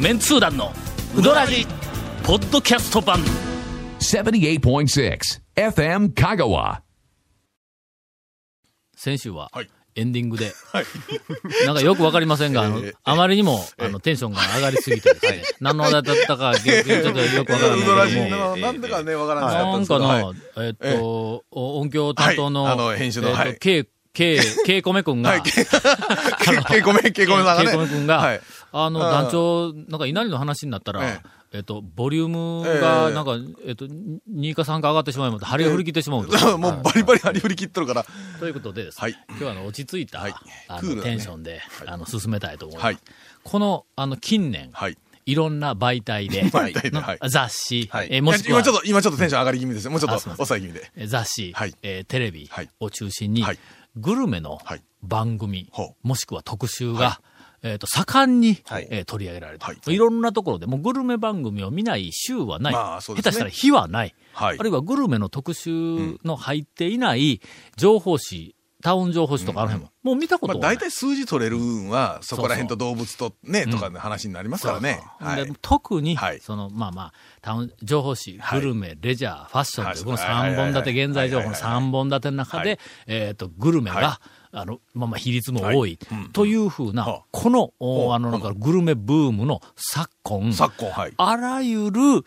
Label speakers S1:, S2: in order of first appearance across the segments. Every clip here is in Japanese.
S1: メンツー団のウドラジポッドキャスト版
S2: 78.6 FM Kagawa.
S3: 先週は
S4: はい、
S3: エンディングで、 なんかよくわかりませんが、あの、あまりにも、あの、テンションが上がりすぎてですね、何の話だったか、ちょっとよくわからない
S4: ウ
S3: け
S4: ドラジ
S3: ども、
S4: の、なんとかね、わからなかった
S3: なん
S4: で
S3: ん
S4: すけ
S3: か
S4: ど。
S3: な
S4: はい、
S3: えっと、お音響担当の、
S4: はいあの編集の
S3: えっと
S4: はい
S3: ケイ、ケイ、ケイコメ君が、ケイ
S4: けけごめん、けごめんさんがね。
S3: コメ君が、
S4: はい。
S3: あの、
S4: あ
S3: 団長、なんか稲荷の話になったら、
S4: え
S3: えっと、ボリューム
S4: え
S3: が、
S4: え
S3: なんか、えっと、2か3か上がってしまいまして、張りが振り切ってしまうんですよ
S4: もうバリバリ張り振り切っとるから。
S3: ということでですね、
S4: はい
S3: 今日はあの落ち着いた、
S4: はい
S3: あ
S4: クー
S3: の
S4: ルな
S3: テ
S4: ね
S3: ンションで、あの進めたいと思います。
S4: はい
S3: このあの近年、、
S4: はいい。
S3: ろんな媒体で、
S4: 媒体ではい
S3: の雑誌、
S4: はい。
S3: えーもしくは
S4: 今ちょっと、今ちょっとテンション上がり気味ですね。もうちょ
S3: あ
S4: っ
S3: すいま
S4: と
S3: せん
S4: 抑え気味で。
S3: えー雑誌、
S4: はい
S3: えーテレビ
S4: はい
S3: を中心に、
S4: はい
S3: グルメの
S4: はい
S3: 番組、
S4: ほ
S3: もしくは特集が、えっと盛んに、
S4: はい
S3: えー取り上げられて、
S4: はい
S3: い、ろんなところで、もうグルメ番組を見ない週はない、
S4: まあそうで
S3: 下
S4: すね
S3: 手したら日はない、
S4: はい
S3: あるいはグルメの特集の入っていない情報誌、タウン情報誌とかあの辺も、もう見たこ
S4: まあ
S3: とはない
S4: 大。体数字取れる運は、そこら辺と動物とね、とかの話になりますからね。はい。
S3: で特に、
S4: はい
S3: その、まあまあ、タウン、情報誌、
S4: はい
S3: グルメ、レジャー、ファッション
S4: は
S3: と
S4: い
S3: いう、この
S4: はい
S3: 3本立て、現在情報の3本立ての中
S4: は
S3: で
S4: い、
S3: えっと、グルメが
S4: は、
S3: あの、まあまあ、比率も
S4: はい
S3: 多い、というふう
S4: は
S3: な
S4: あ、
S3: この、お
S4: ほう
S3: あの、なんか、グルメブームの昨今、
S4: 昨今、はい。
S3: あらゆる、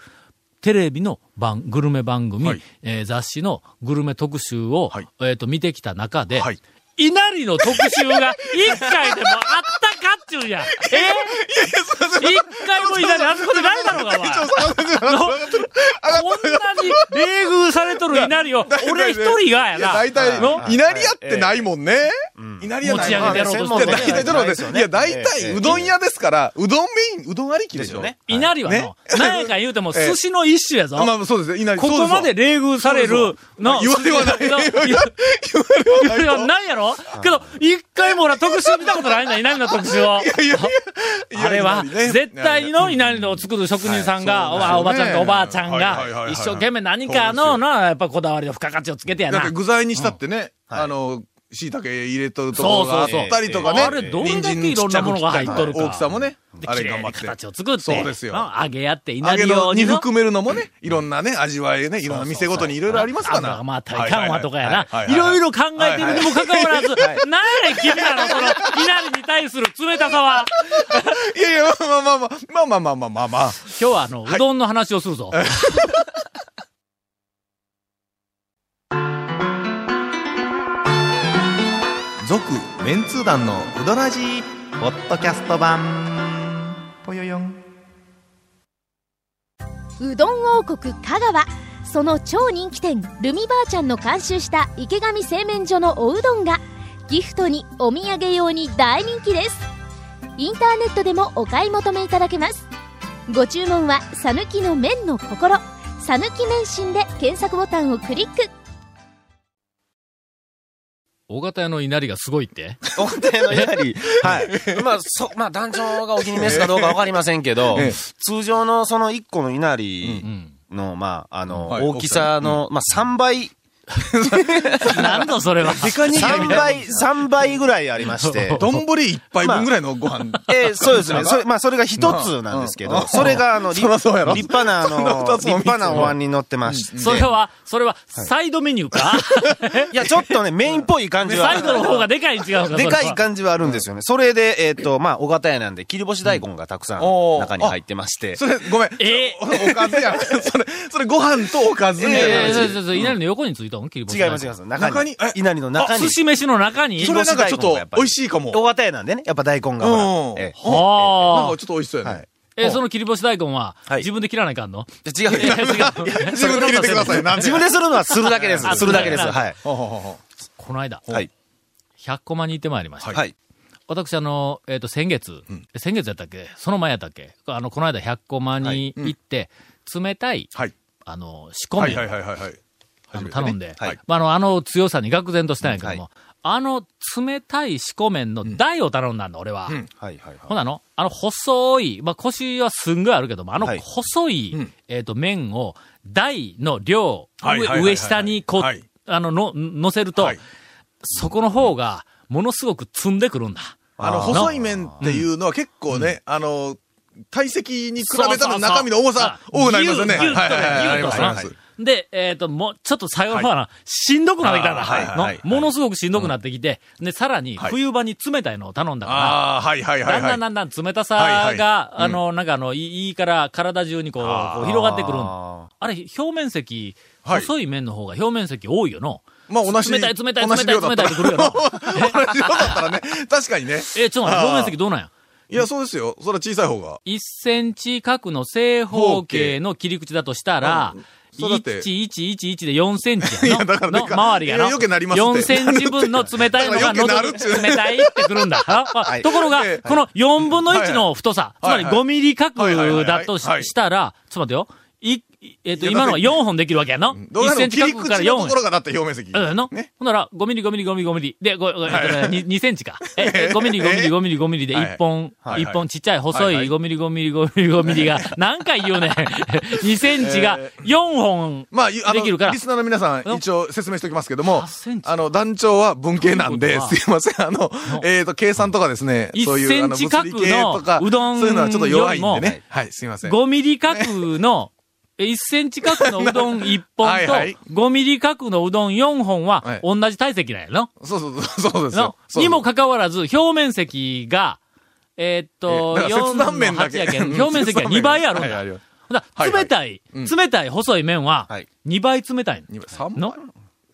S3: テレビの番、グルメ番組、
S4: はい
S3: えー雑誌のグルメ特集を、
S4: はい
S3: えっ、と、見てきた中で、
S4: はい
S3: 稲荷の特集が一回でもあったかっちゅうん や。え一回も稲荷あそこでないだろうが、お前。こんなに冷遇されとる稲荷を、俺一人がや
S4: いや、
S3: な。
S4: 大体
S3: の、
S4: 稲荷屋ってないもんね。稲荷屋ないも
S3: 持ち上げ
S4: んね。
S3: てやろうとしてる
S4: いや、大体だろうね。いや、大体、うどん屋ですから、うどんメイン、うどんありきでしょ。ね。
S3: 稲荷はの、
S4: ね
S3: 何やか言うても寿司の一種やぞ。
S4: まあ、そうですね。稲荷
S3: ここまで冷遇される、の
S4: 言われはな い。言わ
S3: い
S4: れ
S3: や
S4: はない。
S3: いや、ないやろけど、一回も俺は特集見たことないんだ、稲荷の特集を。あれは、絶対の稲荷の作る職人さんが、おばおばちゃんかおばあちゃん
S4: はいはいはい
S3: が
S4: は、い
S3: 一生懸命何か
S4: そ
S3: の、
S4: うです
S3: な、やっぱこだわりの付加価値をつけてや
S4: だっ
S3: な
S4: て。具材にしたってね、あの、椎茸入れとるところがあったりとかね。
S3: そうそうそうあれどれだけいろんなものが入っとるか
S4: 大きさもね
S3: で、、
S4: あ
S3: 綺
S4: れ
S3: 麗
S4: 頑張
S3: に
S4: って。
S3: 形を作って、
S4: そうですよ
S3: な揚げやって、稲
S4: 揚げ
S3: 荷用
S4: のに
S3: にの。
S4: 含めるのもね、いろんなね、味わいね、いろんな店ごとにいろいろありますから。
S3: 油が回ったり、緩和とかや
S4: は
S3: な。い
S4: はは
S3: ろいろ考えてるにもかかわらず、なんやねん君らのその、稲荷に対する冷たさは。
S4: いやいや、まあまあまあ、まあまあまあまあまあまあ。
S3: 今日はあの、うどんの話をするぞ。
S5: 続メンツー団のウドラジーポッドキャスト版ぽよよん
S6: うどん王国香川その超人気店ルミばあちゃんの監修した池上製麺所のおうどんがギフトにお土産用に大人気ですインターネットでもお買い求めいただけますご注文は「さぬきの麺の心」「さぬき麺心」で検索ボタンをクリック
S3: 大型屋の稲荷がすごいって
S7: お 手のやり。はい。まあ、そ、まあ、団長がお気に召すかどうかわかりませんけど、通常のその1個の稲荷の、まあ、あの、
S4: はい
S7: 大きさの、まあ、3倍、
S3: なんだそれは。
S7: 3倍、3倍ぐらいありまして。
S4: 丼一杯分ぐらいのご 飯。
S7: えーそうですね。それ、まあ、それが一つなんですけど、それが、あの、立
S4: そらそうやろ
S7: 立派な、あ
S4: そんな
S7: の、
S4: 二つも
S7: 立
S4: 三つも
S7: 派なお椀に乗ってまして。
S3: それは、それは、サイドメニューか
S7: いや、ちょっとね、メインっぽい感じは。
S3: サイドの方がでかいに違うのか
S7: でかい
S3: か。
S7: 感じはあるんですよね。それで、えっ、と、まあ、小型屋なんで、切り干し大根がたくさん
S4: おー
S7: 中に入ってまして。
S4: それ、ごめん。
S3: え
S4: おおかずやん。それ、それご飯とおかずみたいな
S3: えー、そう
S4: 話。
S3: そうそう、稲荷の横についたの切り干し
S7: 違い
S3: 大根
S7: ます、違います。
S4: 中
S7: 中
S4: に
S7: に
S4: え。
S7: 稲荷の中に
S3: 寿。司飯の中に
S4: それなんかちょっと美味しいかも。
S7: 大型屋なんでね、やっぱ大根がほ
S4: うん
S7: ら。ええ
S4: なん
S3: はあ
S4: か。ちょっと美味しそうやね。
S3: えー、その切り干し大根は、
S7: はい
S3: 自分で切らないかんの
S7: いや違う。
S3: いや違う
S4: 自分で入れてください。なん
S7: 自分でするのはするだけです
S3: あ。
S7: するだけです。
S3: するだけ
S7: はい。
S4: ほうほうほ
S3: この間、
S7: はい。
S3: 100コマに行ってまいりました。
S7: はい。
S3: 私、あの、えっ、と、先月、先月やったっけその前やったっけあの、この間100コマに行って、冷たい、
S4: うはい。
S3: あの、仕
S4: は
S3: 込
S4: い
S3: み
S4: はいはいはいはい。
S3: あの頼んで、
S7: はい
S3: まあ、あの、あの強さに愕然としたんやけども、
S7: は
S3: あの冷たい四股麺の台を頼んだんだ、俺は。
S7: はい。はい。
S3: ほなの、あの細い、まあ、腰はすんごいあるけども、あの
S7: はい
S3: 細い、
S4: うん
S3: えっ、と、麺を台の量、
S4: はいはいはいはい
S3: 上上下にこう、
S4: はい
S3: あの、の、乗せると、
S4: はい
S3: そこの方が、ものすごく積んでくるんだ。
S4: あの、
S7: あー
S4: 細い麺っていうのは結構ね、あの、体積に比べたら中身の重さ多くなりますよね。
S3: ギュッギュッとね
S4: はいはいはいあ
S3: ギ
S4: り
S3: ュッ
S4: ま
S3: と
S4: す
S3: ね
S4: あります
S3: で、えっ、と、もう、ちょっと最後の方はな、しんどくなってきたから、
S4: あーはいはいはい
S3: のものすごくしんどくなってきて、で、さらに、
S4: はい
S3: 冬場に冷たいのを頼んだから、
S4: ああ、はいはいは
S3: だ
S4: い
S3: ん
S4: は
S3: だ
S4: い
S3: ん。だんだん冷たさ
S4: はいはいうん
S3: が、あの、なんかあの、いいいいから体中にこう、こう広がってくるん
S7: あ
S3: あれ、表面積、
S4: はい
S3: 細い面の方が表面積多いよの。
S4: まあ同じ、
S3: 冷たい冷たい
S4: 同じ
S3: 冷たい
S4: 量だったら
S3: 冷たいってくるよな
S4: 同じ量だったらね、確かにね。
S3: え、ちょっと待って、
S4: あー
S3: 表面積どうなんや
S4: いや、そうですよ。それは小さい方が。
S3: 1センチ角の正方形の切り口だとしたら、
S4: うんそうだって
S3: 1111で4センチ
S4: い
S3: や
S4: や
S3: の
S4: だから
S3: の周りが
S4: い
S3: の
S4: や余計なりますって
S3: 4センチ分の冷たいのが
S4: だから
S3: 喉
S4: 余
S3: に
S4: 計なるって
S3: 冷たいってくる んだ。
S7: い
S3: ところが
S4: ええ、
S3: この4分の1の太さ、つま
S4: はい
S3: り
S4: はい
S3: 5ミリ角だとし
S4: はいはいはいはい
S3: したら、ちょっと待ってよ。い、いえっと、
S4: いや
S3: 今のが4本できるわけやの。
S4: どう
S3: 1
S4: な
S3: セ
S4: る
S3: ンチ
S4: 切り
S3: 角から4
S4: 口のと
S3: 本
S4: こ。ろがだって表面積。
S3: うん、の、
S4: ね。
S3: ほんなら、5ミリ、5ミリ、5ミリ、5ミリ。で、ごごえっとねに2センチか。え、え
S4: え
S3: 5ミリ、5ミリ、
S4: え
S3: 5ミリ、5ミリで
S4: はい
S3: 1本、
S4: はい
S3: 一本ちっちゃい細い
S4: はいはい
S3: 5ミリ、5ミリ、5ミリ、5ミリが、何回言うねん。2センチが4本。
S4: まあ、ゆあ
S3: で
S4: の、
S3: きるから
S4: リスナーの皆さ
S3: うん
S4: ん、一応説明しておきますけども
S3: 8セン、チ
S4: あの、団長は文系なん
S3: という
S4: で、
S3: ことは
S4: すいません、あの、えっと、計算とかですね、
S3: 1
S4: そういう、あの、
S3: センチ角
S4: 物
S3: の
S4: 理系とか、
S3: うどん
S4: そういうのはちょっと弱いん
S3: よりも
S4: でね。はい、すいません。
S3: 5ミリ角の、1センチ角のうどん1本
S4: はいはい
S3: と、5ミリ角のうどん4本
S4: は、
S3: はい同じ体積なんやろ
S4: そうそうそう、そうですよ
S3: の。
S4: そうそう
S3: にもかかわらず、表面積が、えーっと、
S4: えだから
S3: 4
S4: 切断
S3: の
S4: 面だ
S3: 8
S4: け
S3: やけん、表面積が2倍あるん
S4: はい
S3: だ
S4: はい。はい
S3: ほな
S4: はいはい
S3: 冷たい、
S4: うん
S3: 冷たい細い麺は
S7: はい、
S3: 2倍冷たいの。
S4: 二倍三倍
S3: の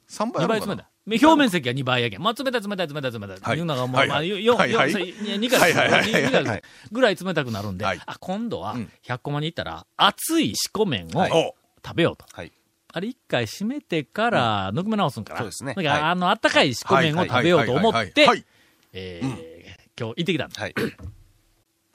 S4: 三倍
S3: 2
S4: あ
S3: 倍
S4: る
S3: 冷
S4: の
S3: たい
S4: かな。
S3: 表面積が2倍やけん。まあ、冷たい冷たい冷たい冷たい。
S4: はい
S3: いうのがもう、
S4: はい
S3: まあ、
S4: はい
S3: よよ
S4: はいはい
S3: よ2回、
S4: はいはいはいはい
S3: 2回ぐらい冷たくなるんで、
S4: はい
S3: あ、今度は
S4: うん、
S3: 100コマに行ったら、熱いしこ麺を
S4: お
S3: 食べようと。
S7: はい
S3: あれ、一回閉めてから、ぬくめ直すんかな。
S7: そうですね
S3: だから、
S7: はい
S3: あの、あったかいしこ麺を食べようと思っ
S4: はい
S3: て
S4: はいはいはいはい、
S3: えー今日行ってきたんだ。
S7: はい。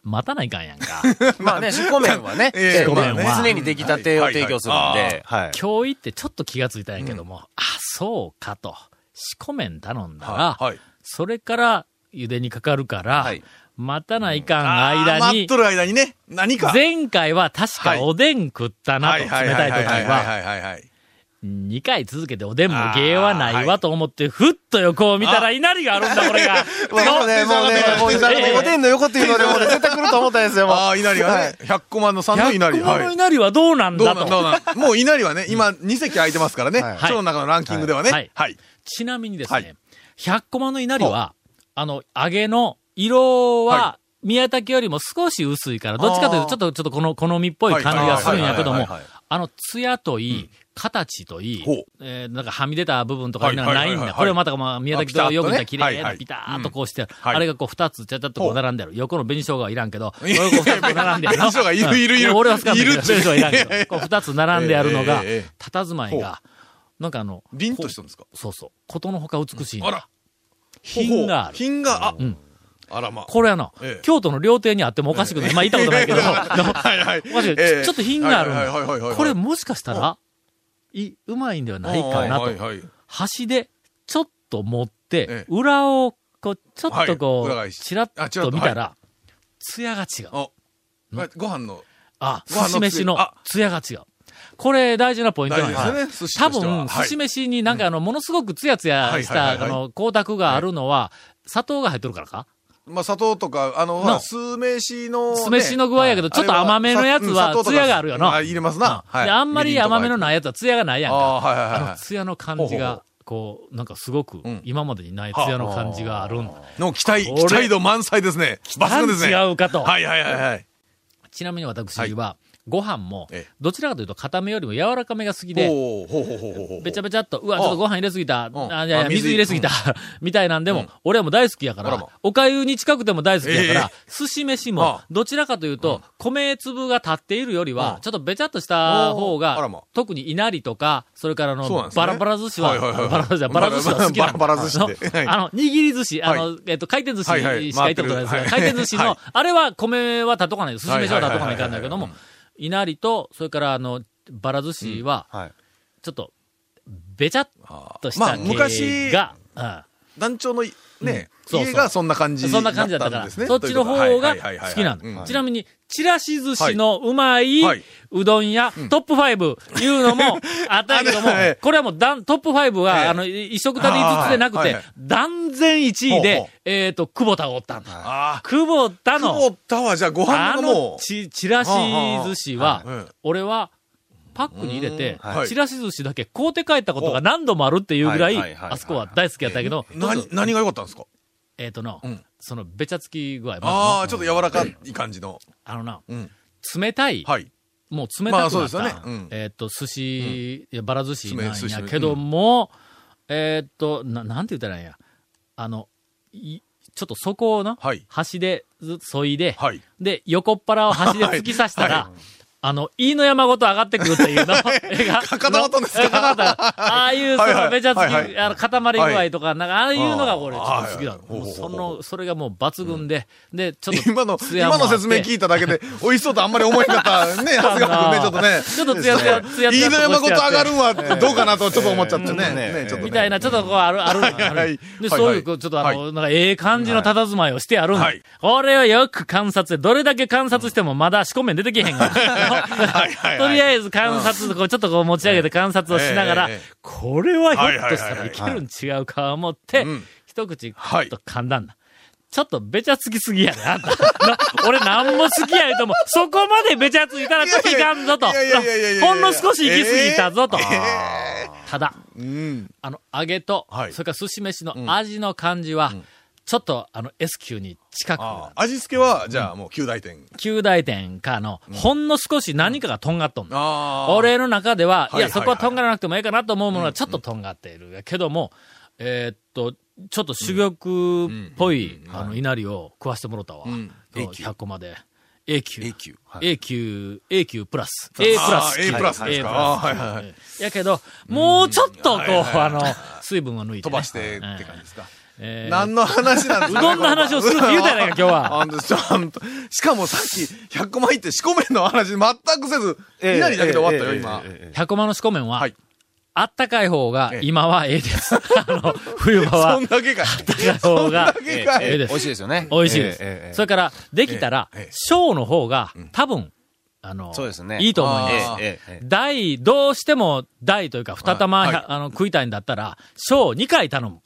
S3: 待たないかんやんか。
S7: まあね、しこ麺はね、
S4: ええ
S7: ええ
S4: しこ
S3: 麺は
S7: 常に出来たてを提供するん
S4: はいはい
S7: で、はい。
S3: 今日行ってちょっと気がついたんやけども、あ、そうかと。しこ麺頼んだら、
S4: はいはい
S3: それから茹でにかかるから、
S7: はい
S3: 待たないかん
S4: あー
S3: 間
S4: 待っ
S3: に、
S4: とる間にね、何か。
S3: 前回は確
S4: は
S3: か
S4: い
S3: おでん食ったなと、冷たい時は、
S4: いはいはい。
S3: 2回続けておでんも芸はないわと思って、ふっと横を見たら稲荷があるんだ、これが。
S7: も うね、もうね、もうね、おでんの横っていうので、もうね、絶対来ると思ったんですよ、もう。
S4: ああ、稲荷がね、100コマの3の稲荷。
S3: 100個の
S4: はい。
S3: 稲荷はどうなん
S4: どうな
S3: だ
S4: ん
S3: と。
S4: どうなんもう稲荷はね、今2席空いてますからね。
S7: はい
S4: その中のランキングではね。
S3: は
S4: はいい。
S3: ちなみにです
S4: は
S3: ね
S4: い、
S3: 100コマの稲荷は、あの、揚げの色は
S4: は、
S3: 宮崎よりも少し薄いから、どっちかというと、ちょっと、ちょっとこの、好みっぽい感じがするんやけども
S4: はいはいはいはいはいはい、
S3: あの、艶といい、形といい
S4: ほう、
S3: えーなんかはみ出た部分とかいうのが
S4: はい
S3: な
S4: は
S3: い
S4: いはい
S3: ん
S4: はい
S3: だ。これまた、まあ、宮崎とよく見たら綺麗な
S4: あ
S3: ピ
S4: ピ
S3: タ
S4: タ
S3: ーっ
S4: ッとねはいはい
S3: とこうして、
S4: い
S3: あれがこう二つ、ちゃちゃっとこう
S4: ほう
S3: 並んである。横の紅生姜はいらんけど、
S4: いや
S3: 横の二つこう並んである。
S4: 紅生姜いるいるいる
S3: うん俺は好きなんだけど
S4: いるっちゅう
S3: 紅生姜いらんけど、こう二つ並んであるのが
S4: ええええええ、
S3: 佇まいが、なんかあの、
S4: 凛としたんですか
S3: そうそう。ことのほか美しいんだ。
S4: あら。
S3: 品がある。
S4: 品が、あ
S3: ん、
S4: あらまあ。
S3: これはな、
S4: ええ
S3: 京都の料亭にあってもおかしくない。まあ、行ったことないけど、
S4: はいはい。
S3: おかしい。
S4: ええ
S3: ちょっと品があるん
S4: はいはいはいはいは
S3: だ。
S4: い
S3: これもしかしたら、い、うまいんではないかな
S4: は
S3: と
S4: い。はいはい
S3: 端で、ちょっと持って
S4: ええ、
S3: 裏を、こう、ちょっとこ
S4: はい裏
S3: う、
S4: 返し
S3: ちらっ
S4: あちらっ
S3: と
S4: と
S3: 見たら、艶が違う。
S4: おまご飯の
S3: あ、
S4: ご飯の
S3: 寿司飯の
S4: つゆあ
S3: 艶が違う。これ大事なポイントなんです
S4: 大事ですね寿司
S3: 多
S4: としては
S3: 分、
S4: は
S3: 寿
S4: い
S3: 司飯になんかあの、ものすごくツヤツヤし
S4: は
S3: た、
S4: いはいはいは
S3: あ
S4: い
S3: の、光沢があるのは、砂糖が入っとるからか
S4: まあ、砂糖とか、あの、
S3: の
S4: 酢飯のね。
S3: 酢飯の具合やけど、
S4: はい
S3: ちょっと甘めのやつ
S4: あれ
S3: は
S4: さうん、砂糖とか
S3: 艶があるよな。
S4: あ入れますな。
S3: うん
S4: はい
S3: であんまり甘めの
S4: みりんとか
S3: ないやつは艶がないやん
S4: あ
S3: か。
S4: あ、はいはい
S3: あ
S4: はいは
S3: の、艶の感じ
S4: ほうほうほ
S3: が、こう、なんかすごく
S4: ん、
S3: 今までにない艶の感じがあるんだ。
S4: い。の期待、
S3: これ
S4: 期待度満載ですね。抜群ですね。
S3: 違うかと。
S4: はいはいはいはい。
S3: ちなみに私は、ご飯も
S4: ええ、
S3: どちらかというと固めよりも柔らかめが好きで、
S4: ほうほうほうほうほうほう。
S3: べちゃべちゃっと、うわ、ちょっとご飯入れすぎた、
S4: ん
S3: あいやいや
S4: あ
S3: 水入れすぎた、みたいなんでも、俺はもう大好きやか
S4: あら
S3: ら
S4: ま、
S3: おかゆに近くても大好きやから
S4: え、
S3: 寿司飯も
S4: あ、
S3: どちらかというと、米粒が立っているよりは
S4: う、ん
S3: ちょっとべちゃっとした方
S4: おーあら
S3: が
S4: ま、
S3: 特に稲荷とか、それからあ
S4: そうなん
S3: の、
S4: ですね
S3: バラバラ寿司は、
S4: はいはいはい
S3: バラバラ寿司は、バラ寿司は好きなんだ
S4: バラバラ寿司っ
S3: あの
S4: てはい
S3: あの、握り寿司、あの、えっと、回転寿司
S4: はいはい
S3: しか行ったことないですが、
S4: 回ってるはい
S3: 回転寿司の、あれは米は立っとかない、寿司飯は立っとかないかんだけども
S4: はいはいはいはいはい、
S3: 稲荷と、それからあの、バラ寿司は、
S7: はい。
S3: ちょっと、べちゃっとし
S4: ま
S3: た
S4: あ
S3: 系が、うん
S4: 団長のね、
S3: そうそう
S4: 家がそんな感じ
S3: そんな
S4: だ
S3: 感じだっ
S4: った
S3: か
S4: ん
S3: ら、
S4: ですね。
S3: そっちの方が
S4: はいはいはいはい
S3: 好きなの、
S4: うん
S3: ちなみに、ちらし寿司のうまい
S4: はいう
S3: どん屋、トップ5いうのもあったけども
S4: あれはい、
S3: これはもうだんトップ5
S4: ええ
S3: は、あの、い一食たり5つでなく
S4: あーはい
S3: て
S4: はい、
S3: 断然1位
S4: ほうほ
S3: で
S4: う、
S3: えっと、久保田がおったんだ。
S4: ああ。
S3: 久保田
S4: 久
S3: の
S4: 保、田はじゃあご
S3: あ
S4: 飯が
S3: の
S4: もう。
S3: ち、ちらし寿司は
S4: うんうんうん、
S3: 俺は、パックに入れて
S4: うんは、い
S3: ちらし寿司だけ買うて帰ったことが何度もあるっていうぐら
S7: はいはいはい
S3: い、
S7: はい
S3: あそこは大好きやったけど、
S4: 何、何が良かったんですか
S3: えっとの
S4: うん、
S3: そのべちゃつき具合。まず
S4: あ
S3: な
S4: あ、ちょっと柔らかい感じの。
S3: あのな、
S4: うん。
S3: 冷たい、
S4: はい。
S3: もう冷たくなった、
S4: まあそうですよねうん
S3: えーっと、寿司、いやばら寿司なん
S4: 寿司
S3: やけども、えーっとな、なんて言ったらいいんや。あの、いちょっとそこをな、
S4: はい
S3: 端でずそいで、
S4: はい。
S3: で、横っ腹を端で突き刺したら、あの、飯の山ごと上がってくるっていうの、映画。
S4: かかとまったんですか
S3: のえかかとまったああいう、そ
S4: はいはい
S3: の、めちゃつき、
S4: はいはい
S3: あの、塊具合とか、なんか、ああいうのが俺、ちょっと好きだ。
S4: はいはい
S3: もう
S4: ほうほ
S3: そう
S4: ほう
S3: の、それがもう抜群で、で、ちょっと、
S4: 今の、
S3: 艶もあ
S4: 今
S3: って
S4: の説明聞いただけで、美味しそうとあんまり思えなかっ た。ね、長谷川君ね、ちょっとね。
S3: ちょっとツヤツヤ、ツヤツ
S4: 飯
S3: ヤと
S4: の
S3: こうし
S4: 山ご
S3: てや
S4: と
S3: って
S4: 上がるんはどうかなとちょっと思っちゃってね。
S7: うんええ
S4: ね、ちょっと
S3: みたい
S4: ね。
S3: な、ちょっとこう、ある、ある。あ
S4: はいは
S3: る
S4: い
S3: で、そ
S4: はい
S3: うい、
S4: はいう
S3: こうちょっとあ
S4: は
S3: の、なんか、ええ感じの佇まいをしてあるんだ
S4: はい。
S3: これはよく観察で、どれだけ観察してもまだ四股面出てけへんが。
S4: はいはい
S3: と
S4: はい
S3: りあえず観察、こう、ちょっとこう持ち上げて観察をしながら
S4: ええええ、
S3: これはひょっとした
S4: はいはいはいは
S3: ら
S4: い
S3: いけるん違うか思って
S4: うん、
S3: 一口、ちょ
S4: は
S3: っ
S4: い
S3: と噛んだんだ。ちょっとべちゃつきすぎやで、あんた。な 俺なんも好きや言うとも、そこまでべちゃついたらちょっといかんぞと。
S4: いやいやいやいやいやいや
S3: ほんの少し行き過ぎたぞと。ただ、
S4: うん。
S3: あの、揚げと、
S4: はい
S3: それから寿司飯の味の感じは、ちょっと、あの、S 級に近く、
S4: ああ味付けは、じゃあもう旧大店。
S3: 旧大店かの、ほんの少し何かがとんがっとんの。
S4: ああ。
S3: 俺の中では、い
S4: はいは
S3: や、
S4: い
S3: そこはとんがらなくてもいいかなと思うものはちょっととんがっているけども、えーっと、ちょっと珠玉っぽい、あの、稲荷を食わしてもろたわ。
S4: ん
S3: そう100個まで。A 級。
S4: A 級
S3: A 級、A 級プラス。A プラ
S4: あ
S3: ス。
S4: ー A プラスですかあーはいはいはい
S3: い。やけど、もうちょっと、こう、
S4: はいはいはい
S3: あの、水分を抜いてね、
S4: 飛ばしてって感じですか。
S3: えー
S4: 何の話なんです
S3: う
S4: か
S3: どんの話をするって言うたやないか、今日は。
S4: あんたちゃんとしかもさっき、100個前って四股面の話全くせず、
S7: ええ
S4: 稲荷だけで終わったよ、
S7: ええ
S4: 今。
S7: ええええ
S3: 100万の四股麺は、
S4: はい
S3: あったかい方が
S4: ええ
S3: 今はええ です。あの、冬場は
S4: そん、だけかい。
S3: あったかい方が
S4: そんだけかい
S3: ええです
S7: 美味しいですよね。
S3: 美味しいです。
S7: ええええええ
S3: それから、できたら
S4: ええええ、
S3: 小の方が、多分、あの、
S7: そうですね
S3: いいと思いま
S4: え
S3: す
S4: え。
S7: ええええ
S3: 大、どうしても大というか二玉、
S4: はいはい
S3: あの食いたいんだったら、小2回頼む。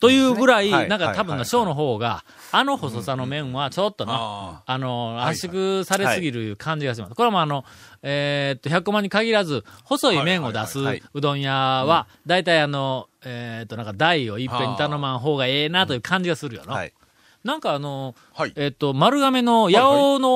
S3: というぐらい、
S7: はい
S3: なんか
S7: はい
S3: 多分
S7: は
S3: ない小の方が、あの細さの麺はちょっとな
S4: あ、
S3: あの、
S4: い
S3: 圧縮されすぎる感じがします。これはもうあの、えーっと、100万に限らず、細い麺を出す
S7: はいはいはいう
S3: どん屋は、大体あの、えーっと、なんか大をいっぺんに頼まん方がええなという感じがするよな。
S7: はい。
S3: なんかあの、
S4: はい
S3: えっと、丸亀の八尾の、
S4: い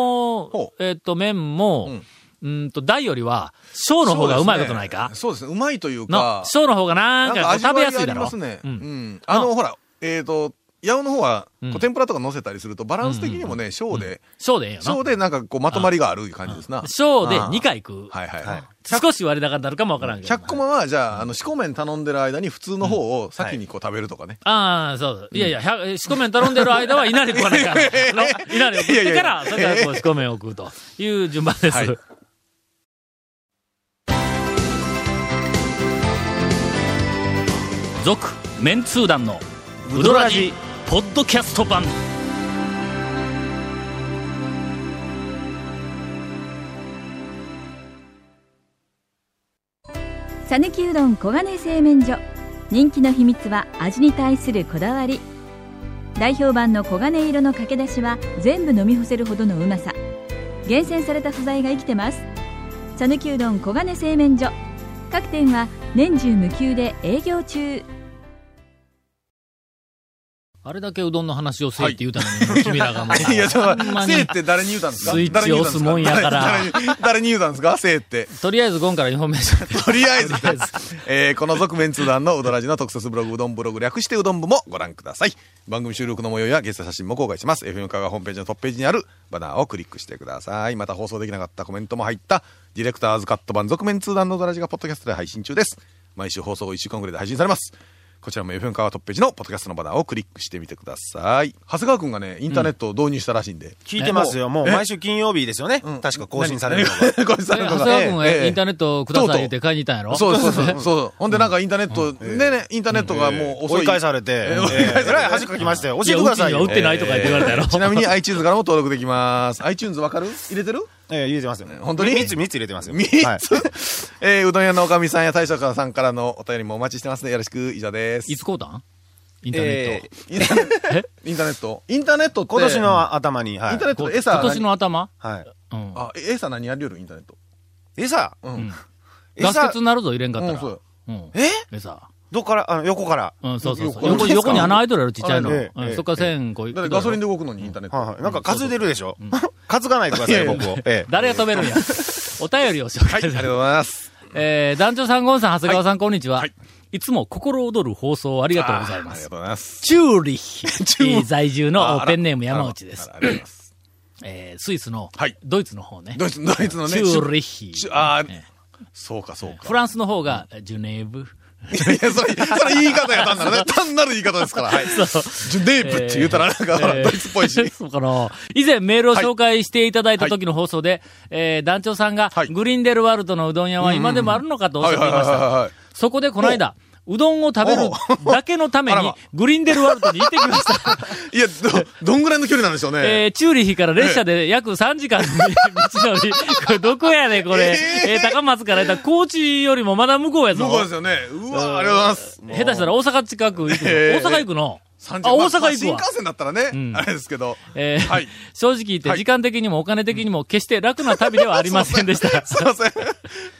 S4: ほ
S3: えっと、麺も、うん、と、大よりは、小の方がうまいことないか、
S4: そうですね、うまいという
S3: の
S4: か、、
S3: 小の方がなん
S4: なんか
S3: か
S4: 味わ
S3: 食
S4: い
S3: べやすいだ
S4: あり
S3: ろ
S4: ますね。
S3: う。
S4: うんん。あの、ほら、えっと、八尾の方は、こ
S3: うん
S4: う天ぷらとか乗せたりすると、バランス的にもね、小で、
S3: 小でええよな。
S4: 小でなんかこうまとまりがある感じですな。
S3: 小で
S4: ああ
S3: 2回食う。
S4: はいはいはい。
S3: 少し割高になるかもわからんけど。
S4: 100コマは、じゃあ、あの、四股麺頼んでる間に普通の方を先にこう食べるとかね。
S3: ああ、そうそう。いやいや、百え四股麺頼んでる間は稲荷食わないから。の稲荷を食ってから、それからこう四股麺を食うという順番です。
S4: はい
S1: 続メンツー団のウドラジポッドキャスト版
S8: さぬきうどん黄金製麺所人気の秘密は味に対するこだわり代表版の黄金色のかけだしは全部飲み干せるほどのうまさ厳選された素材が生きてますさぬきうどん黄金製麺所各店は年中無休で営業中
S3: あれだけうどんの話をせえって言うたのに、君らがもう。
S4: いや、
S3: ほ
S4: だ
S3: ん
S4: か
S3: ま
S4: ら、
S3: に
S4: せいって誰に言うたんですか
S3: スイッチ
S4: 誰に言うたです
S3: 押すもんやから
S4: 誰に誰に言うたんですかせいって。
S3: とりあえず、今からインフォメー ションで。
S4: とりあえず
S3: とりあえず、
S4: えーこの続面通談のうどらじの特設ブログ、うどんブログ略してうどん部もご覧ください。番組収録の模様やゲスト写真も公開します。FM カガホームページのトップページにあるバナーをクリックしてください。また放送できなかったコメントも入った、ディレクターズカット版続面通談のうどらじがポッドキャストで配信中です。毎週放送1週間くらいで配信されます。こちらも FM 川トッページのポッドキャストのバナーをクリックしてみてください。長谷川くんがね、インターネットを導入したらしいんで。
S7: 聞いてますよ。もう毎週金曜日ですよね。
S4: ん
S7: 確か更新されるの が。
S4: 小西さん
S3: え
S4: の
S3: 長谷
S4: とか
S3: 川君は
S4: ええ
S3: インターネットくださいって買いに行ったんやろ
S4: そうそうそうそうそう。ほんでなんかインターネット、ねね、インターネットがもう遅い。
S7: 追い返され て、え
S4: 追い返され
S7: ーえらい恥かきましたよ。教えて
S3: い
S7: く
S3: や
S7: だ
S3: うちに
S7: さい
S3: は
S7: よ
S3: 売っ。てないとか言って言われたやろ。
S4: ちなみに iTunes からも登録できます。iTunes わかる入れてる
S7: えー入れてますよね。
S4: 本当に
S7: 3つ、3つ入れてますよ。
S4: 三
S7: はい
S4: つ、えーうどん屋のおかみさんや大将さんからのお便りもお待ちしてますので、よろしく、以上です。
S3: いつ買うたんインターネッ
S4: え
S3: ト。
S4: ーインターネット。
S3: え
S4: インターネットインターネットって。
S7: 今年。の頭に、は
S4: イ
S7: い
S4: ンター。ネット
S3: こ
S4: で餌
S3: 今
S4: 何
S3: 年の頭
S7: はい。
S3: うん。
S4: あ、え餌何やりよるインターネット。
S7: 餌
S4: うん。
S3: ガス
S7: 餌
S3: 欠になるぞ、入れんかった
S4: うんそう
S3: ら
S4: よ。
S3: うん。
S7: え
S3: でさ。
S7: どっから、あの、横から。
S3: うん、そうそうそう。
S4: 横
S3: 横、
S4: 横
S3: 横に穴開いとるやろ、ちっちゃいの。
S4: あれ
S7: ね
S3: うん
S7: ええ
S3: そっから線、こう、
S4: だってガソリンで動くのにインターネット。
S7: はいはい。なんか担いでるでしょ 担がないでくださいよ、僕を。ええ。
S3: 誰が止め るんや。お便りを紹
S4: は
S3: 介
S4: い、あり
S3: す
S4: がと
S3: る。
S4: うございます。
S3: えー、団長さん、ゴンさん、長谷川さん、こんにちは
S4: はい。
S3: いつも心躍る放送ありがとうございま
S4: あり
S3: す
S4: が。とうございます。
S3: チューリッヒ在住のペンネーム山内です
S4: あ。らあらありがとうございます。
S3: えースイスの、
S4: はい
S3: ドイツの方ね。
S4: ドイツ、ドイツのね。
S3: チューリッヒ。
S4: チュあー
S3: え
S4: そうか、そう
S3: ー
S4: か。
S3: フランスの方が、ジュネーブ。
S4: いや、それ、それ言い方や単なるね。単なる言い方ですから。はい。ジュネープって言うたらなんか、ほらドイツっぽいし。
S3: えー そうかな。以前メールを紹介していただいた時の放送で、えー団長さんが、
S4: はい
S3: グリンデルワルドのうどん屋は今でもあるのかとおっしゃっていまし
S4: はいはいはいはいは
S3: た
S4: い。
S3: そこでこの間、うどんを食べ るだけのため
S4: おうあら
S3: に
S4: ま、
S3: グリンデルワルドに行ってきました。
S4: いや、ど、どんぐらいの距離なんでしょうね。
S3: えー チューリヒから列車で約3時間 の道のり。これどこやねんこれ。えー高松から言ったら高知よりもまだ向こうやぞ。
S4: 向こうですよね。うわありがとうございます。もう
S3: 下手したら大阪近く行くの。
S4: えー
S3: 大阪行くの。
S4: 30
S3: あ、大
S4: ま
S3: 阪行
S4: ま新
S3: くわ
S4: 幹。線だったらね
S3: ん、
S4: あれですけど。
S3: えー
S4: はい
S3: 正直言って
S4: はい
S3: 時間的にもお金的にも決して楽な旅ではありません でした。
S4: すいません。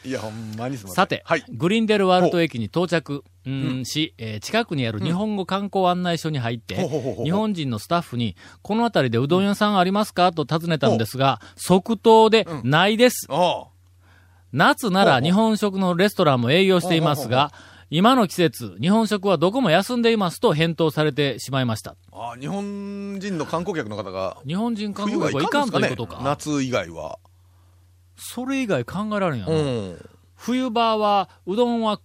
S4: いや、ほんまにすいません。
S3: さて、
S4: はい。
S3: グリンデルワルト駅に到着、うんし、えー近くにある日本語観光案内所に入って、
S4: ほうほうほうほう
S3: 日本人のスタッフに、この辺りでうどん屋さんありますかと尋ねたんですが、即答で、ないです。
S4: あ
S3: 夏なら日本食のレストランも営業していますが、今の季節、日本食はどこも休んでいますと返答されてしまいました。
S4: ああ、日本人の観光客の方が、
S3: 日本人観
S4: 冬
S3: 光
S4: は
S3: 客はいい
S4: か
S3: か
S4: ん
S3: ん
S4: で
S3: という
S4: す
S3: こと
S4: かね
S3: か。。
S4: 夏以外は。
S3: それ以外考えられんや
S4: う
S3: な。
S4: ん。
S3: 冬場は、うどんは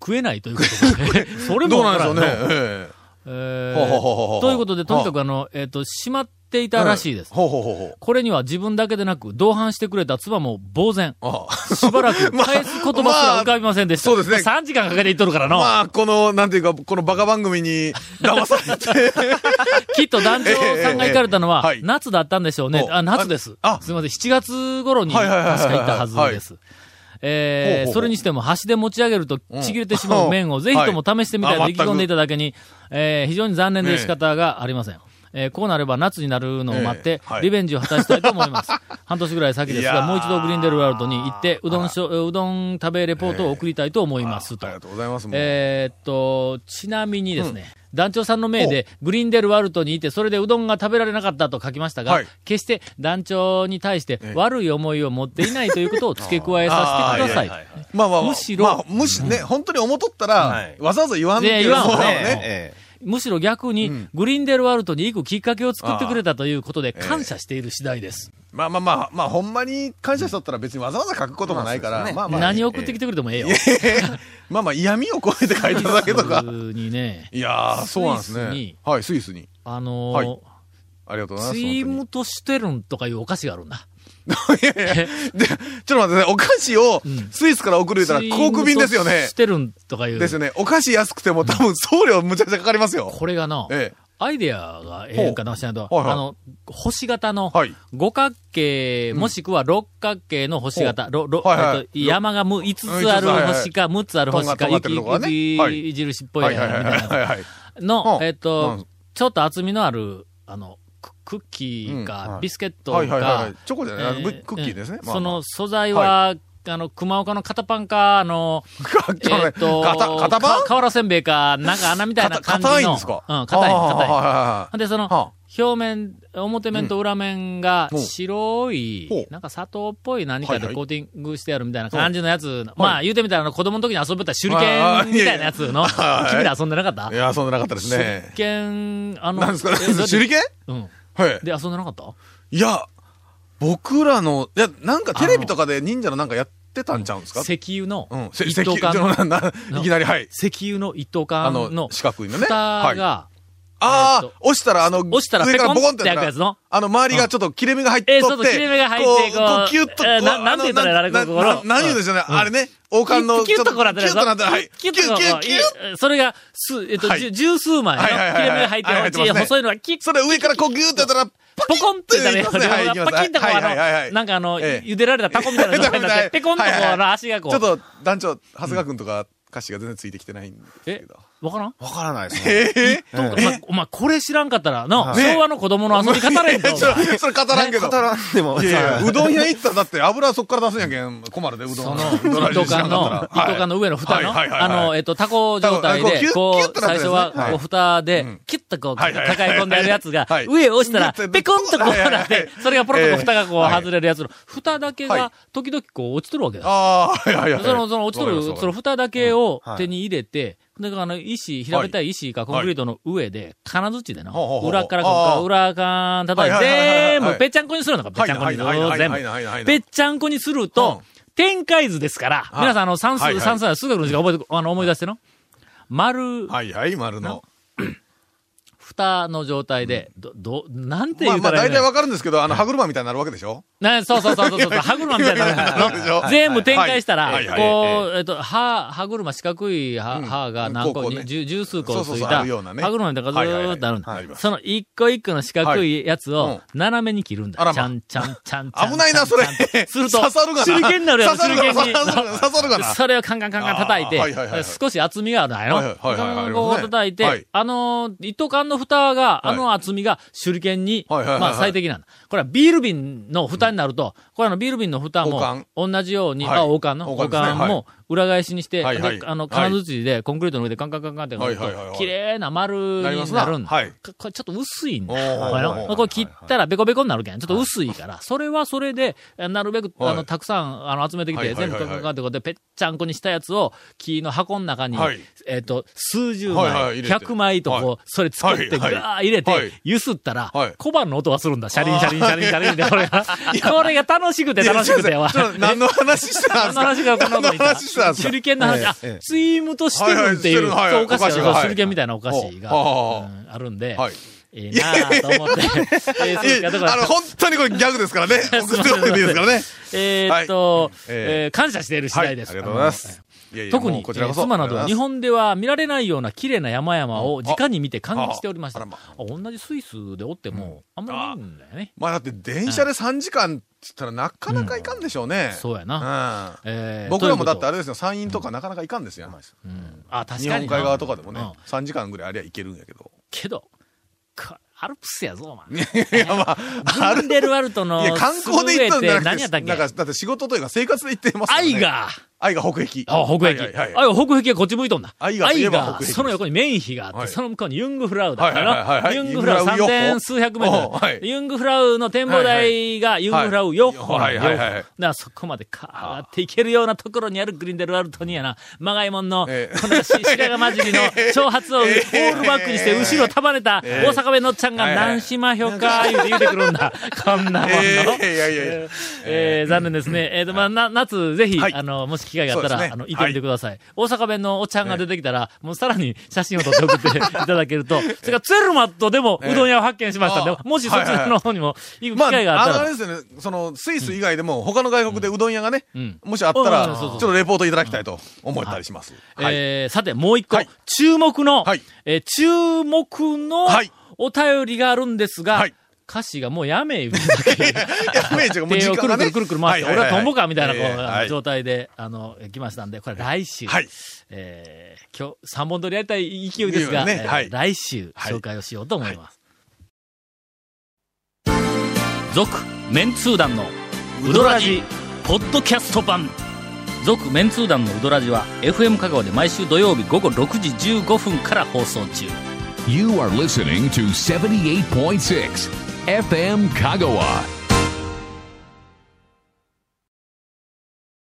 S3: 食えないということだね それも
S4: どう
S3: わ
S4: なん
S3: か
S4: でし
S3: ら
S4: ょうんね
S3: な。
S4: え
S3: えー
S4: ほうほうほうほうほう
S3: ということで、とにかくあの、えっ、と、閉まっていた
S4: え
S3: らしいです。
S4: ほうほうほうほう。
S3: これには自分だけでなく、同伴してくれた妻も呆 然。
S4: ああ。
S3: しばらく返す言葉すら浮かびませんでした。
S4: まあそうですね
S3: 3時間かけていっとるからの。
S4: まあ、この、なんていうか、このバカ番 組に騙されて。
S3: きっと団長さんが行かれたの
S4: ええええ
S3: は
S4: は、い
S3: 夏だったんでしょうね。
S4: お
S3: あ、夏です。すみ
S4: あ
S3: ません、7月頃に
S4: はい
S3: 確
S4: はいはいはい
S3: か行ったはずです。
S4: ほうほ
S3: え
S4: うほ
S3: ー、
S4: う
S3: それにしても端で持ち上げるとちぎれてしまう麺をぜひとも試してみたいと
S4: はい
S3: 意気込んでいただけに、えー非常に残念で仕方がありません。えーこうなれば夏になるのを待っ
S4: え
S3: て
S4: えはい、
S3: リベンジを果たしたいと思います。 半年ぐらい先です
S4: いや
S3: が、
S4: ー
S3: もう一度グリーンデルワールドに行って、うどんしょ、うどん食べレポートを送りたいと思いますと
S4: あり。がとうございます。もう
S3: えーっと、ちなみにですね、団長さんの命で、グリーンデルワルトにいて、それでうどんが食べられなかったと書きましたが、
S4: はい
S3: 決して団長に対して
S4: え
S3: 悪い思いを持っていないということを付け加えさせてくだ さい。
S4: まあまあまあ、
S3: むしろ
S4: まあ、むしね、本当に思っとったら、
S7: はい
S4: わざわざ言わんって
S3: ね
S4: いう
S3: 言わん
S4: の
S3: わ
S4: は
S3: ね
S7: え
S4: ね。
S7: ええ
S3: むしろ逆に、グリーンデルワルトに行くきっかけを作ってくれたということで、
S4: ー
S3: 感謝している次第です。
S4: まあまあまあ、まあほんまに感謝しとったら別にわざわざ書くこともないから、まあ、まあ、
S3: 何送ってきてくれてもええよ。
S4: まあまあ嫌味を超えて書いただけと か。
S3: 普通にね、
S4: いやー、そうなんです
S3: スイスに
S4: ね。はい、スイスに。
S3: あのー
S4: はいありがとうございま
S3: ツ
S4: す。
S3: イー
S4: 本
S3: ムとしてるんとかいうお菓子があるんだ。
S4: 当にいやいやでちょっと待ってね、お菓子をスイスから送る言うたら航空便ですよ
S3: スイーム
S4: ね
S3: とし。てるんとかいう。
S4: ですよね。お菓子安くても多分送料むちゃくちゃかかりますよ。
S3: これがな、
S4: ええ。
S3: アイデアがええんかなしないと、
S4: ほうはいはい
S3: あの、星型の
S4: はい
S3: 五角形、もしくは六角形の星型、ろろ
S4: はいはい
S3: えっと山が5つある星か、6つある星か、
S4: とんが
S3: 雪
S4: とんがってるとこがねはい
S3: 雪印っぽい
S4: はい
S3: や
S4: はい
S3: つ
S4: はい
S3: みたい
S4: は
S3: な
S4: いはい。
S3: の、
S4: うん
S3: えっ
S4: う
S3: と
S4: ん、
S3: ちょっと厚みのある、あの、ククッキー
S4: うん
S3: か
S4: はい、
S3: ビスケット
S4: はいはいはいは
S3: か
S4: い、チョコじゃないあの
S3: えー
S4: クッキーですね
S3: うん
S4: まあ
S3: その素材は、あの、熊岡の型パンか、あの、
S4: か
S3: えーっと、
S4: 型型番
S3: か瓦せんべいか、なんか穴みたいな感じの。
S4: 硬いんですか
S3: うん、硬い、
S4: あー
S3: 硬い。
S4: はいはいはい。
S3: で、その、
S4: は
S3: 表面、表面と裏面が
S4: うんほう
S3: 白い、
S4: ほう
S3: なんか砂糖っぽい何か
S4: はい
S3: で
S4: はい
S3: コーティングしてあるみたいな感じのやつ、まあ言うてみたらあの子供の時に遊べた手裏
S4: あー
S3: 剣みたい
S4: いやい
S3: な
S4: や
S3: やつの、
S4: はい
S3: 君ら遊んでなかった
S4: いや、そんななかったです
S3: 手 裏
S4: ね。
S3: 剣、あの、
S4: なんですか
S3: え
S4: 手裏
S3: だって
S4: 剣
S3: うん。
S4: はい。
S3: で、遊んでなかった
S4: いや、僕らの、いや、なんかテレビとかで忍者のなんかやっってたんちゃうんですか
S3: 石油の
S4: うん。せ
S3: 一
S4: 石
S3: 等
S4: 油
S3: 間
S4: ち
S3: の、
S4: ょなな
S3: の
S4: いきなり、はい。
S3: 石油の一等間
S4: あの
S3: の、、
S4: 四角いのね。
S3: 蓋
S4: はい。
S3: が、
S4: あ
S3: え
S4: あ
S3: ーと、
S4: 押したら、あの、
S3: 押したら
S4: 上か
S3: ペ
S4: ら
S3: コン
S4: ボコンって
S3: って開くやつの
S4: あの、周りがちょっと切れ目が入っ
S3: え
S4: て、
S3: ーそうそう
S4: 取っ
S3: 切れ目が入って
S4: こう、
S3: こう
S4: キュッと、
S3: えーな
S4: こう
S3: なんて言ったらいいのあれこ
S4: な
S3: この
S4: なな何言うんですよね。
S3: うん
S4: あれね、王冠の、
S3: キュッとこらって
S4: キュッとなって、はい。
S3: キュッとこう
S4: キュッキュッキュッ
S3: いそれが、す、えっと、
S4: はい
S3: 十十数枚の
S4: は
S3: 切
S4: いはいはいはい
S3: れ目が入って、
S4: はい入ってますね
S3: 細いのがキュッ
S4: それ上からこう、ギューってやったら、
S3: ポコンってなるよ。
S4: ポキンっていきますね
S3: 両方がパキンとこう、あ
S4: はいはいはいはい
S3: の、なんかあの、
S4: ええ
S3: 茹でられたタコみたいな状態に なって、ペコンとこう、
S4: はいはい
S3: あの、足がこ
S4: ちょっ
S3: う、
S4: と団長、長谷川君とか歌詞が全然ついてきてないんですけど。
S3: わからん
S7: わからないですね。
S3: お前、お前これ知らんかったら、な、
S7: はい
S3: 昭和の子供の遊び方ねんぞ。お
S4: ちょ
S3: 前
S4: それ語らんけど。
S7: 語らんでも。
S4: いやいや
S7: はいう
S4: どん屋行ったらだって油そっから出すんやけん困るで、うどん。
S3: その、
S4: うどん
S3: 一斗缶の、一斗缶の上の蓋の、
S4: はいはいはい
S3: あ
S4: はい
S3: の、えっと、タコ状態
S4: タコあこうキュ
S3: で、
S4: ッ
S3: こ
S4: キュッ
S3: う、
S4: となって
S3: 最
S4: るやつ
S3: 初
S4: ね
S3: は、
S4: はい
S3: こう、蓋で
S4: ん、
S3: キュッとこう、
S4: はいはいはい
S3: 抱え込んであるやつが
S4: はい、
S3: 上を押したら
S4: グッ、て
S3: ペコンとこうなっ
S4: はいはい
S3: て、それがポロッとこう蓋がこ
S4: は
S3: う
S4: い
S3: 外れるやつの、蓋だけ
S4: はい
S3: が、時々こう落ちとるわけだ。
S4: ああ、いやいや。
S3: その、その落ちとる、その蓋だけを
S7: はい
S3: 手に入れて、で、あの、石、平べったい石かコンクリートの上で、金槌でな
S4: ほうほう、ほう
S3: 裏から
S4: あ
S3: こ
S4: あ
S3: う、裏かん叩いて、
S4: はいはいはいはい
S3: 全部ぺっちゃんこにするのか、ぺっ
S4: はい
S3: ちゃんこに、
S4: はいはいはい
S3: 全
S4: はいはいはいはい
S3: 部。ぺっちゃんこにすると、展開図ですから、
S4: あ
S3: 皆さん、あの、算
S4: はいは
S3: 数、
S4: い
S3: 算数は数学の時間覚えて、あの、思い出しての。丸、
S4: はいはい、丸の。
S3: 蓋の状態で、ど、ど、なんて言
S4: まあ
S3: う
S4: ま
S3: た
S4: あ
S3: らいい
S4: 大
S3: の
S4: 体
S3: よ
S4: わかるんですけど、あの歯車みたいになるわけでしょ
S3: なそうそうそう そうそう、歯車みたいなのがある
S4: で
S3: の
S4: しょ
S3: 全部展開したら、
S4: はいはい
S3: こう、えっと、歯、歯車、四角い歯,、
S4: うん
S3: 歯が何
S4: こう
S3: 個、
S4: こうね
S3: に十十数個つ
S4: そうそう
S3: い
S4: そうあ
S3: た、
S4: るようなね
S3: 歯車みたいなのがずーっとあるんだ、
S4: はいはいはいはい
S3: その一個一個の四角いやつ
S4: はいうん
S3: を斜めに切るんだ。
S4: あらま
S3: ちゃんちゃんちゃんちゃん。
S4: 危ないな、それ。
S3: ちゃんちゃんすると、
S4: 刺さるがな。
S3: 手裏剣になるやつ、
S4: 刺さる
S3: 手裏
S4: が
S3: 剣に
S4: な。。刺さる がな。
S3: それをカンカンカンカン叩いて、
S4: あーはいはいはいはい
S3: 少し厚みがあるのやろ。
S4: はいはいはいはい
S3: カンカンカ
S4: あ
S3: ン
S4: り
S3: こ
S4: ま
S3: う
S4: すね
S3: 叩いて、
S4: はい
S3: あのー、一斗缶の蓋が、
S4: はい
S3: あの厚みが手裏剣に、
S4: はいはいはいはい
S3: まあ最適なんだ。これはビール瓶の蓋になると、これあのビール瓶の蓋
S4: 王冠
S3: も、同じように、
S4: はい
S3: あ、王冠の、
S4: 王
S3: 王
S4: 冠ですね
S3: 冠も裏返しにして、
S4: はいはい
S3: であの、金槌でコンクリートの上でカンカンカンカンってやると
S4: はいはいはいはい
S3: 綺麗な丸に
S4: な
S3: な
S4: り
S3: る
S4: ます
S3: ん
S4: な
S3: だ。
S4: はい
S3: ここれちょっと薄いんだ。
S4: おー
S3: これ
S4: はいはいは
S3: の
S4: い
S3: これ切ったらベコベコになるけん。ちょっと薄いから、それはそれで、えなるべく、
S4: はい
S3: あの、たくさん、あの、集めてき
S4: はい
S3: て、
S4: はいは
S3: 全
S4: い
S3: 部カンカンカンってことで、ぺっちゃんこにしたやつを、木の箱の中に
S4: はい、
S3: えっと、数十
S4: はいは
S3: 枚、
S4: い入れて
S3: 100枚と
S4: は
S3: こう、それ作って、ガ
S4: はいはい
S3: ー入れ
S4: はい
S3: て、ゆすったら
S4: はい、
S3: 小判の音がするんだ。シャリンシャリンシャリンシャリンで、これが、これが楽しくて楽しくて、わ
S4: ちょっと何の話してたん
S3: 何
S4: です
S3: の
S4: か
S3: 話がこの子
S4: 何
S3: に
S4: の話してたんです
S3: 手
S4: か
S3: 裏剣の話、あ、ツイームとしてるんっていう、
S4: はいはいしてるはい
S3: そうお菓子が、
S4: お菓子
S3: そう
S4: がはい
S3: 手裏剣みたいなお菓子が、
S4: ほう
S3: うんあるんで、
S4: はい
S3: いいなぁと思って、えーそうですかだから
S4: あの、本当にこれギャグで すからね。送ってもらっていいですからね。
S3: えーっと、え
S4: え
S3: ー感謝している次第です。
S4: はいありがとうございます。いやいや
S3: 特
S4: も
S3: に
S4: う、こちらこそ
S3: 妻などは日本では見られないような綺麗な山々を
S4: ん
S3: 直に見て感激しておりました。
S4: あ
S3: あ
S4: あらま
S3: 同じスイスでおっても、あんまりないんだよね。
S4: まあだって電車で3時間って言ったらなかなかいかんでしょうね。
S3: そうや
S4: う
S3: な。
S4: ん。
S3: えー
S4: 僕らもだって
S3: とい
S4: あ
S3: う
S4: れですよ、山陰とかなかなかいかんですよ。
S3: ことうんあ、確
S4: 日
S3: かにな。
S4: 本海側とかでもね
S3: うん、
S4: 3時間ぐらいありゃいけるんやけど。
S3: けど、こアルプスやぞ、お前。
S4: いや、まあ、あ
S3: グン
S4: る。
S3: デルワルトの、
S4: いや、観光で行ったんじゃな
S3: 何
S4: く、
S3: やってたっ
S4: なんか、
S3: け
S4: だって仕事というか生活で行ってますからね
S3: 愛。が、
S4: 愛が北壁。
S3: あ、北壁。愛
S4: はい
S3: が、
S4: はいはい
S3: 北壁がこっち向いとんだ。
S4: 愛がといえば北壁です
S3: その横にメイン碑があって、
S4: はい
S3: その向こうにユングフラウだ
S4: は
S3: っ
S4: い
S3: た
S4: はいはいはい
S3: の。ユングフラウ
S4: ユングフラ
S3: 三
S4: ウ四
S3: 千
S4: 歩
S3: 数百メー
S4: おう
S3: トル、
S4: はい
S3: ユングフラウの展望台がユングフラウ4本な
S4: は
S3: ん
S4: い
S3: だ
S4: はい
S3: よ。
S4: はい
S3: だからそこまでカーッていけるようなところにあるグリンデルワルトにやな、まがいもんの、
S4: ええ
S3: このし白髪混じ りの長髪をオールバックにして後ろ束ねた
S4: ええ
S3: 大阪弁のおっちゃんが
S4: はいはい
S3: 何しまひょか言うて言うてくるん だ。こんなもんの。
S4: ええいやいやいや
S3: えーえー残念ですね。えっ、と、まあ、な、夏、ぜひ、
S4: はい
S3: あの、もし機会があった
S4: そ
S3: ら、
S4: うですね
S3: あの、行ってみてください,、大阪弁のおっちゃんが出てきたら、もうさらに写真を撮って送っていただける と、それからツェルマットでもうどん屋を発見しましたんで、
S4: ああ
S3: もしそちらの方にも行く機
S4: まあ、
S3: 会があった
S4: あ
S3: ら、
S4: のあれですよね、その、スイス以外でも、他の外国でうどん屋がね
S3: うん、
S4: もしあったら、
S3: うんうん
S4: ち
S3: そうそ
S4: ょ
S3: う
S4: っとレポートいただきたいと思ったりします。はい。
S3: えーさて、もう一個、
S4: はい
S3: 注目の、
S4: はい
S3: えー注目の
S4: はい
S3: お便りがあるんですが、
S4: はい
S3: 歌詞がもうやめえ、言うんだけど
S4: やめえちゃんもう時
S3: 手を
S4: 間
S3: くる
S4: が
S3: く
S4: ね
S3: るくるくる回って、俺はトンボかみたいなこう
S4: ええ
S3: あ
S4: は
S3: の
S4: い
S3: 状態で、あの、来ましたんで、これ来週、
S4: はい
S3: えー今日3本撮りやりたい勢いですが、
S4: いいよね
S3: えー
S4: はい
S3: 来週紹介をしようと思います。
S1: 続メンツー団のウドラジポッドキャスト版続メンツー団のウドラジは FM 香川で毎週土曜日午後6時15分から放送中
S2: You are listening to 78.6 FM Kagawa.